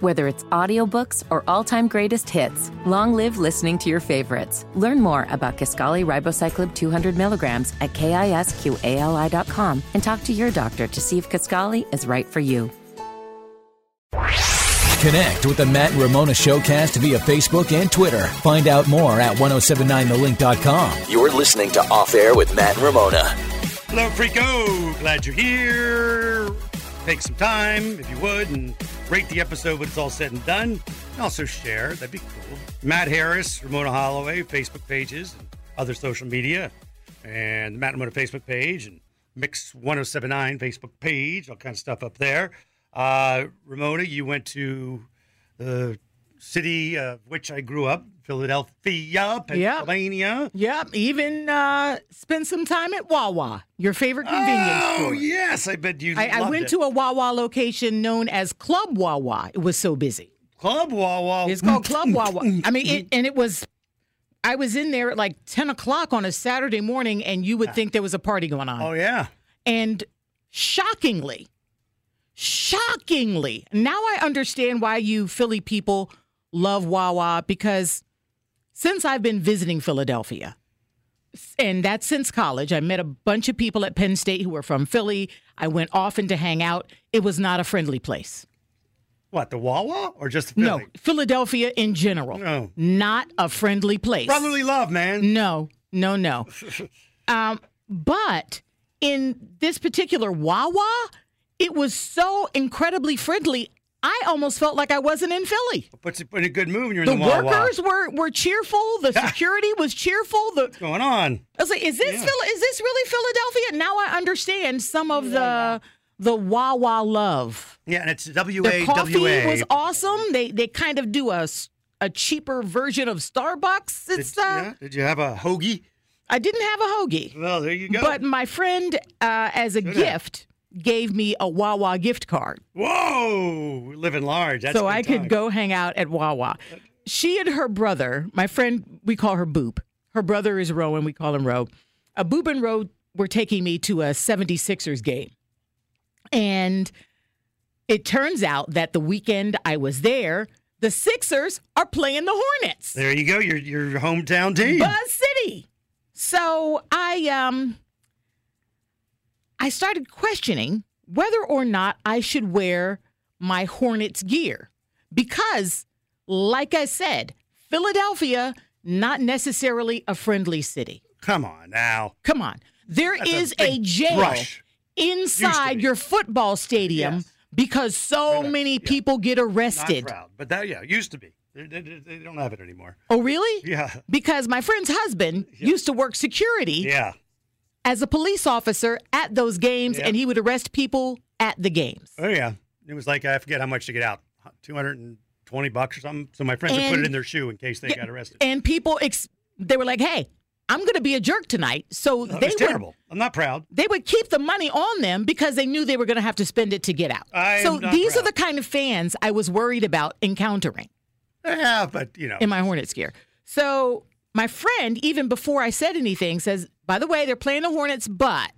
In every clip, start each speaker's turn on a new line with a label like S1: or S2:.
S1: Whether it's audiobooks or all-time greatest hits, long live listening to your favorites. Learn more about Kaskali Ribocyclib 200 milligrams at kisqali.com and talk to your doctor to see if Kaskali is right for you.
S2: Connect with the Matt and Ramona Showcast via Facebook and Twitter. Find out more at 1079thelink.com.
S3: You're listening to Off Air with Matt and Ramona.
S4: Hello, Freako. Glad you're here. Take some time, if you would, and rate the episode when it's all said and done. And also share. That'd be cool. Matt Harris, Ramona Holloway, Facebook pages, and other social media, and the Matt and Ramona Facebook page, and Mix 1079 Facebook page, all kinds of stuff up there. Uh, Ramona, you went to the city of which I grew up, Philadelphia, Pennsylvania.
S5: Yep, even uh, spend some time at Wawa, your favorite convenience
S4: Oh,
S5: store.
S4: yes. I bet you.
S5: I, I
S4: loved
S5: went
S4: it.
S5: to a Wawa location known as Club Wawa. It was so busy.
S4: Club Wawa.
S5: It's called Club Wawa. I mean, it, and it was. I was in there at like ten o'clock on a Saturday morning, and you would think there was a party going on.
S4: Oh, yeah.
S5: And shockingly, shockingly, now I understand why you Philly people love Wawa because since I've been visiting Philadelphia, and that's since college, I met a bunch of people at Penn State who were from Philly. I went often to hang out. It was not a friendly place.
S4: What, the Wawa or just the
S5: No,
S4: Philly?
S5: Philadelphia in general,
S4: No.
S5: not a friendly place.
S4: Brotherly love, man.
S5: No, no, no. um, but in this particular Wawa, it was so incredibly friendly. I almost felt like I wasn't in Philly.
S4: Puts you in a good mood when you're
S5: The
S4: in the Wawa.
S5: workers were were cheerful. The security was cheerful. The
S4: What's going on?
S5: I was like, is this Phil- is this really Philadelphia? Now I understand some of the the Wawa love.
S4: Yeah, and it's
S5: The coffee
S4: W-A-W-A.
S5: was awesome. They they kind of do a s- a cheaper version of Starbucks.
S4: Did,
S5: It's uh,
S4: yeah, did you have a hoagie?
S5: I didn't have a hoagie.
S4: Well, there you go.
S5: But my friend, uh, as a gift, gave me a Wawa gift card
S4: Whoa, we're living large. That's
S5: so
S4: good
S5: I could
S4: times.
S5: go hang out at Wawa. She and her brother, my friend, we call her Boop. Her brother is Rowan, we call him Roe. A Boop and Roe were taking me to a 76ers game. And it turns out that the weekend I was there, the Sixers are playing the Hornets.
S4: There you go. Your your hometown team.
S5: Buzz City. So I um I started questioning whether or not I should wear my Hornets gear because like I said, Philadelphia not necessarily a friendly city.
S4: Come on now.
S5: Come on. there
S4: That's a
S5: is a,
S4: big
S5: jail
S4: brush. Used to
S5: inside
S4: be.
S5: your football stadium
S4: Yes.
S5: because so
S4: Right,
S5: many
S4: yeah.
S5: people get
S4: Not
S5: arrested.
S4: proud, but that yeah used to be. They, they, they don't have it anymore.
S5: Oh, really?
S4: Yeah,
S5: Because my friend's husband used to work security
S4: yeah.
S5: as a police officer at those games
S4: Yeah.
S5: and he would arrest people at the games.
S4: Oh yeah. It was like I forget how much to get out. Two hundred and twenty bucks or something. So my friends would put
S5: And-
S4: it in their shoe in case they
S5: Yeah,
S4: got arrested.
S5: And people ex- they were like, "Hey, I'm going to be a jerk tonight." So
S4: Oh, That
S5: they
S4: was
S5: would
S4: terrible. I'm not proud.
S5: they would keep the money on them because they knew they were going to have to spend it to get out.
S4: I am
S5: so
S4: not
S5: these are
S4: proud.
S5: the kind of fans I was worried about encountering
S4: Yeah, but you know.
S5: in my Hornets gear. So my friend, even before I said anything, says, "By the way, they're playing the Hornets, but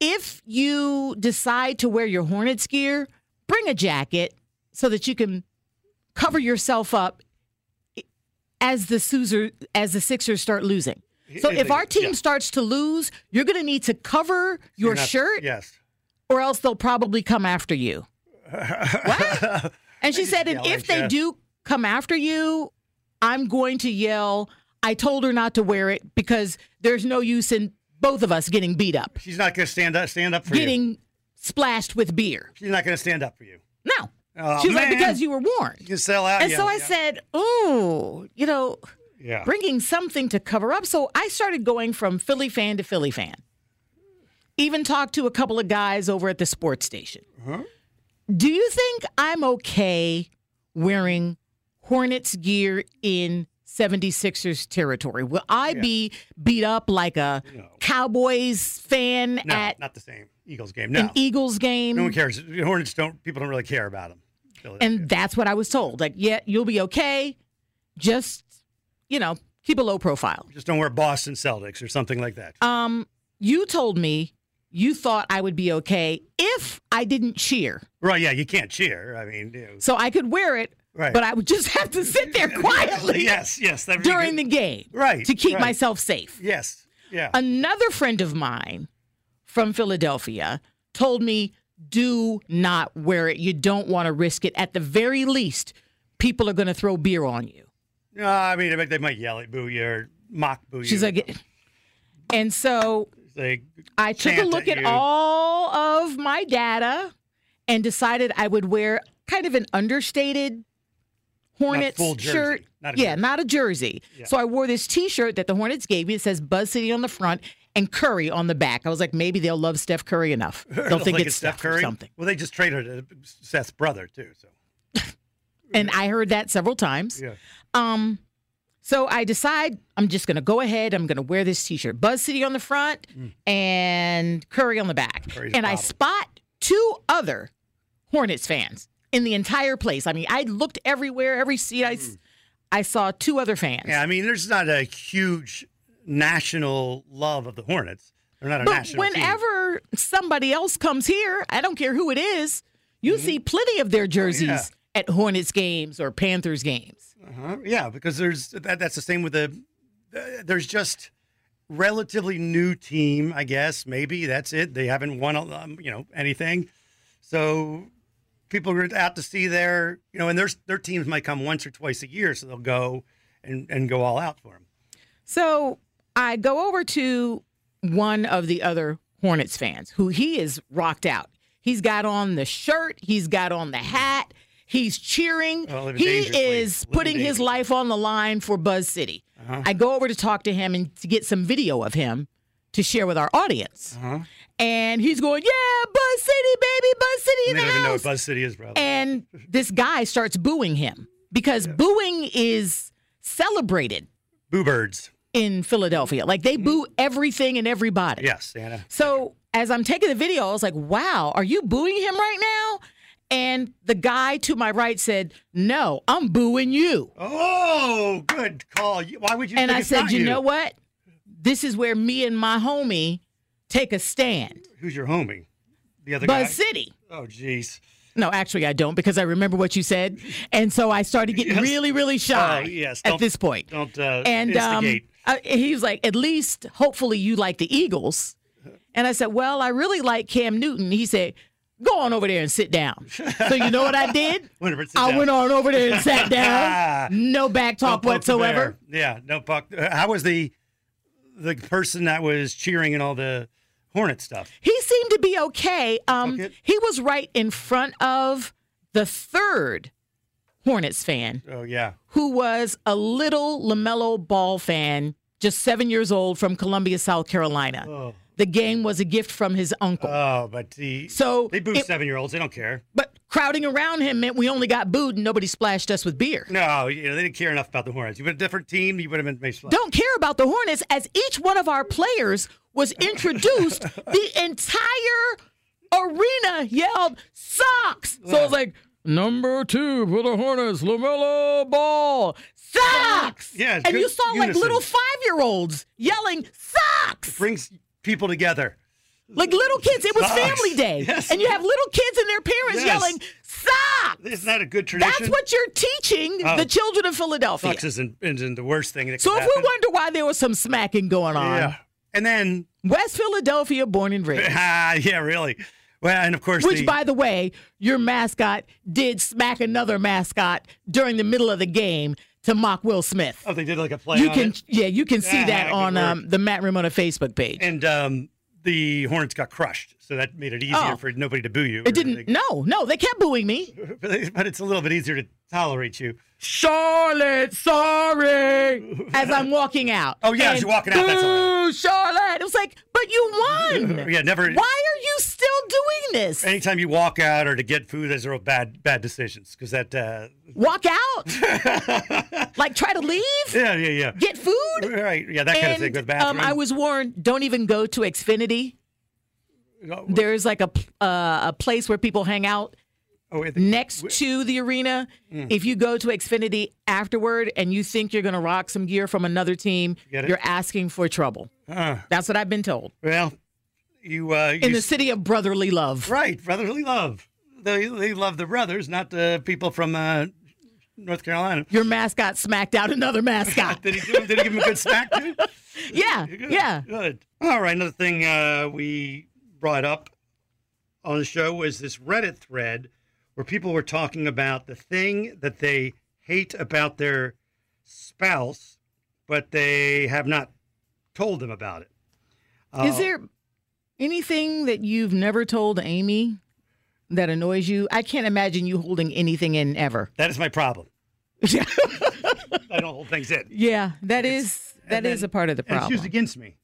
S5: if you decide to wear your Hornets gear, bring a jacket so that you can cover yourself up as the Suzer, as the Sixers start losing. So
S4: If
S5: if
S4: they-
S5: our team
S4: yeah.
S5: starts to lose, you're going to need to cover your
S4: You're not-
S5: shirt,
S4: Yes.
S5: or else they'll probably come after you." What? And she said, and
S4: yell
S5: if
S4: at
S5: they
S4: ya.
S5: do come after you, I'm going to yell. I told her not to wear it because there's no use in both of us getting beat up,
S4: She's not going to stand up. Stand up for you.
S5: getting splashed with beer.
S4: She's not going to stand up for you.
S5: No.
S4: Oh,
S5: she was
S4: man.
S5: like, because you were
S4: You
S5: warned.
S4: can sell out.
S5: And
S4: yeah,
S5: so I
S4: yeah,
S5: said, ooh, you know,
S4: yeah.
S5: bringing something to cover up. So I started going from Philly fan to Philly fan. Even talked to a couple of guys over at the sports station.
S4: Uh-huh.
S5: Do you think I'm okay wearing Hornets gear in 76ers territory? Will I be beat up like a Cowboys fan
S4: no,
S5: at
S4: not the same Eagles game. No,
S5: an E Eagles game?
S4: no one cares. The Hornets don't. People don't really care about them.
S5: And that's what I was told. Like, yeah, you'll be okay. Just, you know, keep a low profile. Uh
S4: just don't wear Boston Celtics or something like that.
S5: Um, you told me you thought I would be okay if I didn't cheer.
S4: Right, yeah, you can't cheer. I mean, you know.
S5: So I could wear it,
S4: Right.
S5: but I would just have to sit there quietly
S4: yes, yes. That'd be
S5: during the
S4: good.
S5: game
S4: Right,
S5: to keep
S4: right.
S5: myself safe.
S4: Yes, yeah.
S5: Another friend of mine from Philadelphia told me, do not wear it. You don't want to risk it. At the very least, people are going to throw beer on you.
S4: No, I mean, they might yell at boo you or mock boo you.
S5: She's like, and so
S4: They
S5: I took a
S4: chant
S5: look at
S4: you.
S5: all of my data and decided I would wear kind of an understated Hornets
S4: full jersey,
S5: shirt.
S4: not a
S5: yeah,
S4: jersey.
S5: not a jersey. So I wore this T-shirt that the Hornets gave me. It says Buzz City on the front and Curry on the back. I was like, maybe they'll love Steph Curry enough. They'll think
S4: like
S5: it's Steph, Curry or something.
S4: Well, they just traded uh, Seth's brother too. So
S5: And I heard that several times.
S4: yeah,
S5: Um, so I decide I'm just going to go ahead. I'm going to wear this T-shirt, Buzz City on the front and Curry on the back,
S4: Mm. Curry's
S5: and I
S4: problem.
S5: spot two other Hornets fans in the entire place. I mean, I looked everywhere, every seat. I, s- I saw two other fans.
S4: Mm. yeah. I mean, there's not a huge national love of the Hornets. They're not a
S5: but
S4: national. team.
S5: whenever somebody else comes here, I don't care who it is, you
S4: Mm-hmm.
S5: see plenty of their jerseys at Hornets games or Panthers games.
S4: Uh-huh. Yeah, because there's that, that's the same with the uh, there's just relatively new team, I guess. Maybe that's it. They haven't won, um, you know, anything. So people are out to see their, you know, and their their teams might come once or twice a year, so they'll go and and go all out for them.
S5: So I go over to one of the other Hornets fans who he is rocked out. He's got on the shirt, he's got on the hat, he's cheering.
S4: Oh, living
S5: he
S4: dangerously.
S5: is
S4: Living
S5: putting his
S4: dangerously.
S5: life on the line for Buzz City.
S4: Uh-huh.
S5: I go over to talk to him and to get some video of him to share with our audience.
S4: Uh-huh.
S5: And he's going, Yeah, Buzz City, baby, Buzz City
S4: And
S5: in
S4: they
S5: the
S4: don't even know
S5: house.
S4: what Buzz City is, probably.
S5: And this guy starts booing him because booing is celebrated
S4: Boo birds.
S5: in Philadelphia. Like they boo
S4: Mm-hmm.
S5: everything and everybody.
S4: Yes, Anna.
S5: So as I'm taking the video, I was like, wow, are you booing him right now? And the guy to my right said, no, I'm booing you.
S4: Oh, good call. You- Why would you?
S5: and
S4: think
S5: I
S4: it's
S5: said,
S4: not
S5: you, know what? This is where me and my homie take a stand.
S4: Who's your homie? The other guy.
S5: Buzz City.
S4: Oh, jeez.
S5: No, actually, I don't because I remember what you said. And so I started getting
S4: Yes.
S5: really, really shy
S4: Oh, yes.
S5: at
S4: Don't-
S5: this point.
S4: Don't uh,
S5: and um,
S4: instigate.
S5: I, he was like, "At least, hopefully, you like the Eagles." And I said, "Well, I really like Cam Newton." He said, "Go on over there and sit down." So you know what I did?
S4: Whenever it's
S5: I went on over there and sat down. No back talk whatsoever.
S4: Yeah, no puck. How was the the person that was cheering and all the Hornet stuff?
S5: He seemed to be okay. Um,
S4: Okay.
S5: he was right in front of the third Hornets fan,
S4: Oh yeah,
S5: who was a little Lamelo Ball fan, just seven years old from Columbia, South Carolina. The game was a gift from his uncle.
S4: oh, but the
S5: So
S4: they boo
S5: it-
S4: seven year olds. They don't care.
S5: But crowding around him meant we only got booed and nobody splashed us with beer.
S4: No, you know they didn't care enough about the Hornets. You were a different team. You would have been made fun.
S5: Don't care about the Hornets as each one of our players was introduced, the entire arena yelled socks. So it was like number two for the Hornets, Lamelo Ball, socks.
S4: Yeah,
S5: and
S4: good
S5: you saw like
S4: unison.
S5: little five-year-olds yelling socks,
S4: Brings people together.
S5: like little kids. It was
S4: Socks.
S5: Family Day,
S4: Yes.
S5: and you have little kids and their parents
S4: Yes.
S5: yelling socks.
S4: Isn't that a good tradition?
S5: That's what you're teaching
S4: Oh.
S5: the children of Philadelphia.
S4: sucks isn't, isn't the worst thing. That
S5: So
S4: could
S5: if we
S4: happen.
S5: wonder why there was some smacking going on,
S4: yeah, and then
S5: West Philadelphia, born and raised.
S4: ah, yeah, really. Well, and of course,
S5: Which,
S4: the,
S5: by the way, your mascot did smack another mascot during the middle of the game to mock Will Smith.
S4: oh, they did like a play.
S5: you
S4: on
S5: can,
S4: it.
S5: yeah, you can see
S4: Yeah,
S5: that
S4: good
S5: on
S4: work.
S5: um, the Matt Ramona Facebook page.
S4: and um, the Hornets got crushed, so that made it easier
S5: Oh.
S4: for nobody to boo you.
S5: it didn't. No, no, they kept booing me.
S4: but it's a little bit easier to tolerate you.
S5: Charlotte, sorry, as I'm walking out.
S4: Oh, yeah, as
S5: And,
S4: you're walking out, that's all right.
S5: "Boo, Charlotte. It was like, but you won.
S4: Yeah, never-
S5: Why are you still doing this?
S4: Anytime you walk out or to get food, those are all bad bad decisions because that. Uh,
S5: walk out, like try to leave,
S4: yeah, yeah, yeah.
S5: get food.
S4: Right, yeah, that kind of thing. The
S5: And um,
S4: bathroom.
S5: I was warned: don't even go to Xfinity.
S4: Oh,
S5: There's like a p- uh, a place where people hang out
S4: oh, wait, the-
S5: next to the arena.
S4: Mm.
S5: If you go to Xfinity afterward and you think you're going to rock some gear from another team,
S4: Get it?
S5: you're asking for trouble.
S4: uh,
S5: That's what I've been told.
S4: well, you uh,
S5: in
S4: you
S5: the city of brotherly love.
S4: Right, brotherly love. They, they love the brothers, not the people from uh, North Carolina.
S5: Your mascot smacked out another mascot.
S4: Did he, do, did he give him a good smack too?
S5: yeah,
S4: Good,
S5: yeah.
S4: Good. All right. Another thing uh, we brought up on the show was this Reddit thread where people were talking about the thing that they hate about their spouse, but they have not told them about it.
S5: Is there anything that you've never told Amy that annoys you? I can't imagine you holding anything in ever.
S4: That is my problem. I don't hold things in.
S5: Yeah, that is that
S4: And
S5: is
S4: then-
S5: a part of the
S4: and It's
S5: problem.
S4: used against me.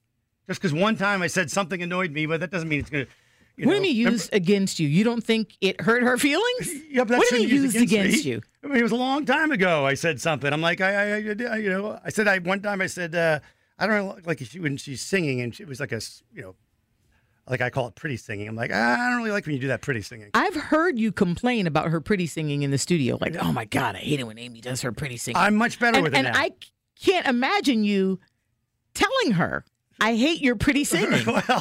S4: Just because one time I said something annoyed me, but that doesn't mean it's going to. You
S5: What do
S4: know,
S5: you mean
S4: remember-
S5: used against you? You don't think it hurt her feelings?
S4: Yeah, but that
S5: what do you
S4: shouldn't
S5: mean
S4: use
S5: used against
S4: me.
S5: you?
S4: I mean, it was a long time ago. I said something. I'm like, I, I, I did- I, you know, I said I one time I said uh, I don't know, like she when she's singing and she it was like a, s- you know, like I call it pretty singing. I'm like, I don't really like when you do that pretty singing.
S5: I've heard you complain about her pretty singing in the studio. Like, oh my God, I hate it when Amy does her pretty singing.
S4: I'm much better
S5: and
S4: with it
S5: and
S4: now.
S5: I c- can't imagine you telling her, I hate your pretty singing. what
S4: well,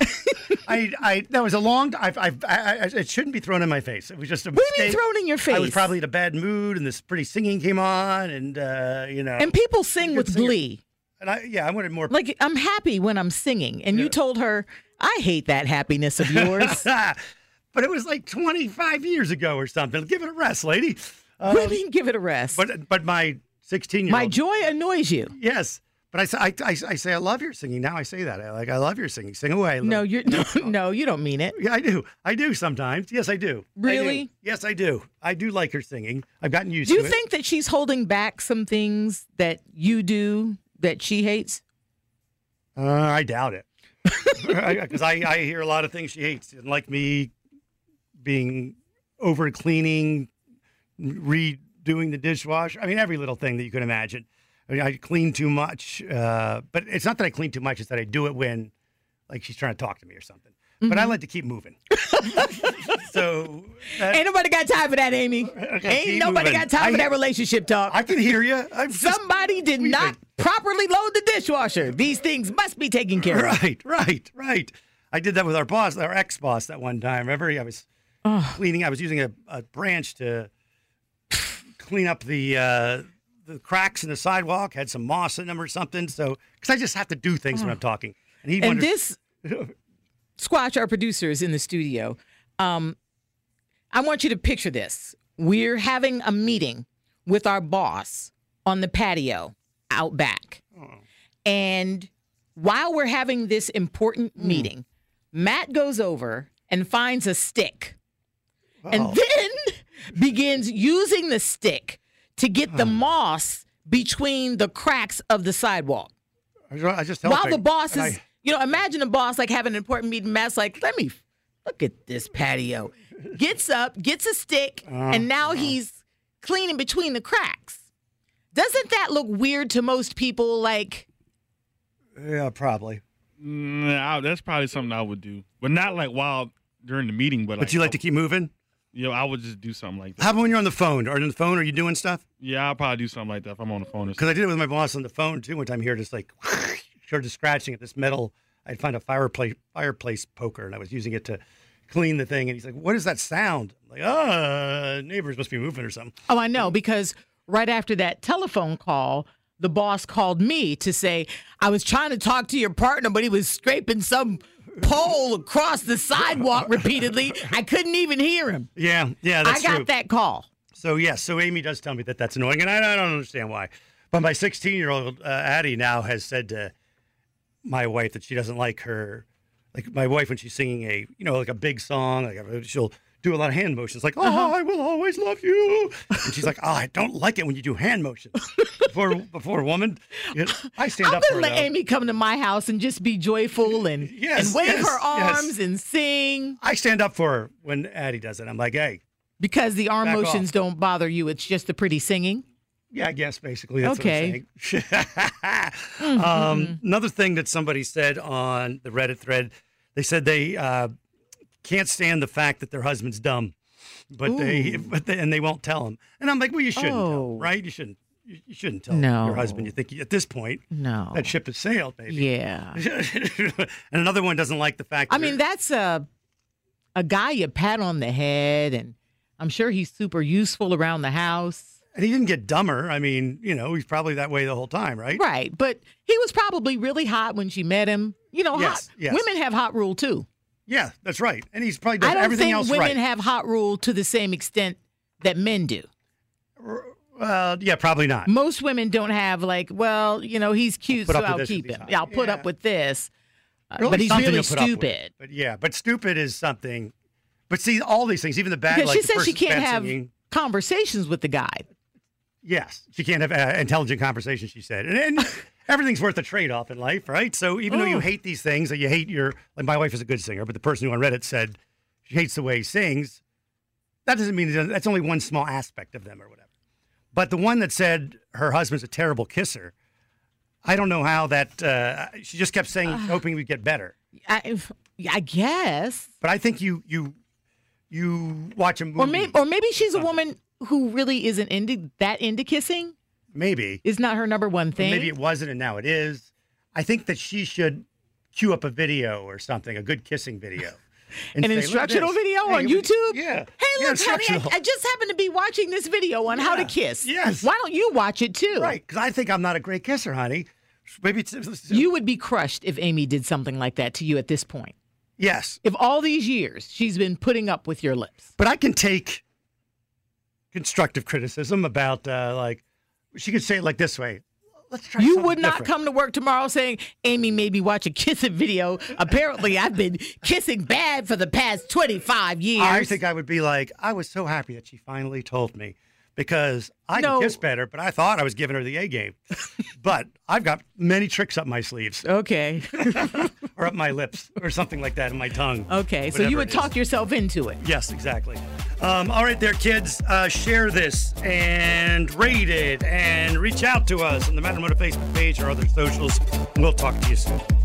S4: I, I that was a long. I've, I've, I, I, it shouldn't be thrown in my face. It was just a
S5: do you mean
S4: mistake.
S5: thrown in your face?
S4: I was probably in a bad mood, and this pretty singing came on, and uh, you know,
S5: and people sing
S4: Good
S5: with
S4: singer.
S5: glee.
S4: and I, yeah, I wanted more.
S5: Like, I'm happy when I'm singing. And you told her, I hate that happiness of yours.
S4: but it was like 25 years ago or something. Give it a rest, lady.
S5: what do you mean give it a rest?
S4: Um, But but my 16 year
S5: my
S4: old.
S5: joy annoys you.
S4: yes. But I, say- I, I, I say I love your singing. Now I say that. I, like I love your singing. Sing away.
S5: No,
S4: Lil-
S5: you're no, no, you don't mean it.
S4: Yeah, I do. I do sometimes. Yes, I do. I do.
S5: Really?
S4: Yes, I do. I do like her singing. I've gotten used
S5: Do you
S4: to
S5: think that she's holding back some things that you do that she hates?
S4: it. Uh, I doubt it. Because I, I hear a lot of things she hates, and like me being over cleaning, redoing the dishwasher. I mean, every little thing that you can imagine. I mean, I clean too much, uh, but it's not that I clean too much. It's that I do it when, like, she's trying to talk to me or something. But I like to keep moving. so uh,
S5: Ain't nobody got time for that, Amy.
S4: Okay,
S5: Ain't
S4: keep
S5: nobody
S4: moving.
S5: got time
S4: I-
S5: for that relationship talk.
S4: I can hear you. I'm just-
S5: Somebody did
S4: we
S5: not properly load the dishwasher. These things must be taken care of.
S4: Right, right, right. I did that with our boss, our ex boss, that one time. Remember, I was cleaning. I was using a, a branch to clean up the uh, the cracks in the sidewalk. Had some moss in them or something. So, because I just have to do things when I'm talking. And he
S5: And
S4: wonders-
S5: this Squatch, our producer, is in the studio. Um, I want you to picture this. We're having a meeting with our boss on the patio out back. And while we're having this important meeting, Matt goes over and finds a stick and then begins using the stick to get the moss between the cracks of the sidewalk.
S4: I was- I just
S5: While
S4: helping,
S5: the boss
S4: and
S5: is,
S4: I-
S5: you know, imagine a boss like having an important meeting. Matt's like, let me look at this patio. Gets up, gets a stick,
S4: Uh-huh.
S5: and now he's cleaning between the cracks. Doesn't that look weird to most people? Like,
S4: yeah, probably.
S6: Nah, I- that's probably something I would do, but not like while during the meeting. But,
S4: But you like to keep moving.
S6: you know, I would just do something like that.
S4: How about when you're on the phone? Or on the phone? Are you doing stuff?
S6: yeah, I'll probably do something like that if I'm on the phone. Or something.
S4: Because I did it with my boss on the phone too. One time here, just like started scratching at this metal. I'd find a fireplace fireplace poker, and I was using it to clean the thing. And he's like, "What is that sound?" I'm like, "Ah, neighbors must be moving or something."
S5: oh, I know, because right after that telephone call, the boss called me to say, I was trying to talk to your partner, but he was scraping some pole across the sidewalk repeatedly. I couldn't even hear him.
S4: Yeah, yeah, that's
S5: I got
S4: true.
S5: that call.
S4: So yes, so Amy does tell me that that's annoying, and I, I don't understand why. But my 16 year old uh, Addie now has said to my wife that she doesn't like her, like my wife when she's singing a you know like a big song, like uh, she'll do a lot of hand motions, like "Oh,
S5: Uh-huh.
S4: I will always love you," and she's like, "Oh, I don't like it when you do hand motions before before a woman." You know, I stand
S5: I'm
S4: up for
S5: gonna
S4: her.
S5: let
S4: though.
S5: Amy come to my house and just be joyful and
S4: Yes,
S5: and wave
S4: yes,
S5: her
S4: yes.
S5: arms and sing
S4: I stand up for her when Addie does it. I'm like, "Hey,
S5: because the arm
S4: Back off.
S5: motions don't bother you. It's just the pretty singing.
S4: Yeah, I guess basically that's
S5: Okay. Mm-hmm,
S4: what I'm saying. um, another thing that somebody said on the Reddit thread, they said they uh, can't stand the fact that their husband's dumb, but they, but they and they won't tell him. And I'm like, well, you shouldn't, tell
S5: Oh.
S4: him, right? You shouldn't. you, you shouldn't tell
S5: No.
S4: your husband. You think at this point
S5: No.
S4: that ship has sailed, baby.
S5: Yeah.
S4: and another one doesn't like the fact.
S5: I
S4: that-
S5: mean, that's a a guy you pat on the head, and I'm sure he's super useful around the house.
S4: and he didn't get dumber. I mean, you know, he's probably that way the whole time, right?
S5: Right. But he was probably really hot when she met him. You know,
S4: Yes,
S5: hot
S4: yes.
S5: women have hot rule too.
S4: Yeah, that's right. And he's probably does
S5: I don't
S4: everything
S5: think
S4: else
S5: women
S4: right.
S5: have hot rule to the same extent that men do.
S4: well, yeah, probably not.
S5: Most women don't have like, well, you know, he's cute,
S4: put
S5: so
S4: up with
S5: I'll
S4: this if
S5: keep
S4: he's
S5: him.
S4: hot.
S5: Yeah, I'll put
S4: Yeah.
S5: up with this. Uh,
S4: Really
S5: but he's
S4: something
S5: really
S4: to put up with.
S5: stupid.
S4: But yeah, but stupid is something. But see, all these things, even the bad.
S5: Because
S4: like
S5: she
S4: the
S5: says she
S4: person
S5: can't have
S4: fancying-
S5: conversations with the guy.
S4: Yes, she can't have uh, intelligent conversation. She said, and, and everything's worth a trade-off in life, right? So even though you
S5: Ooh.
S4: hate these things, that you hate your like, my wife is a good singer, but the person who on Reddit said she hates the way he sings. That doesn't mean that's only one small aspect of them or whatever. But the one that said her husband's a terrible kisser, I don't know how that. Uh, she just kept saying, hoping we'd get better.
S5: I, if- I guess.
S4: But I think you you you watch a movie,
S5: Or maybe, or maybe she's a woman who really isn't into that into kissing.
S4: maybe
S5: Is not her number one
S4: But
S5: thing.
S4: Maybe it wasn't, and now it is. I think that she should queue up a video or something, a good kissing video. and
S5: An
S4: say, "Look at
S5: instructional
S4: this.
S5: video
S4: Hey,
S5: on
S4: we-
S5: YouTube.
S4: Yeah. yeah,
S5: Hey, look, honey, I,
S4: instructional.
S5: I just happened to be watching this video on how to
S4: Yeah.
S5: kiss.
S4: Yes.
S5: Why don't you watch it too?
S4: right, because I think I'm not a great kisser, honey. Maybe it's,
S5: You would be crushed if Amy did something like that to you at this point.
S4: Yes,
S5: If all these years she's been putting up with your lips.
S4: but I can take constructive criticism about uh, like she could say it like this way. Let's try.
S5: You
S4: something
S5: would not
S4: different."
S5: come to work tomorrow saying, Amy made me watch a kissing video. Apparently, I've been kissing bad for the past 25 years.
S4: I think I would be like, I was so happy that she finally told me because I
S5: No.
S4: can kiss better, but I thought I was giving her the A game. but I've got many tricks up my sleeves
S5: okay.
S4: or up my lips or something like that in my tongue.
S5: Okay. so
S4: whatever
S5: you would
S4: it is.
S5: talk yourself into it.
S4: Yes, exactly. Um, all right, there, kids. Uh, share this and rate it and reach out to us on the Matter Motor Facebook page or other socials. We'll talk to you soon.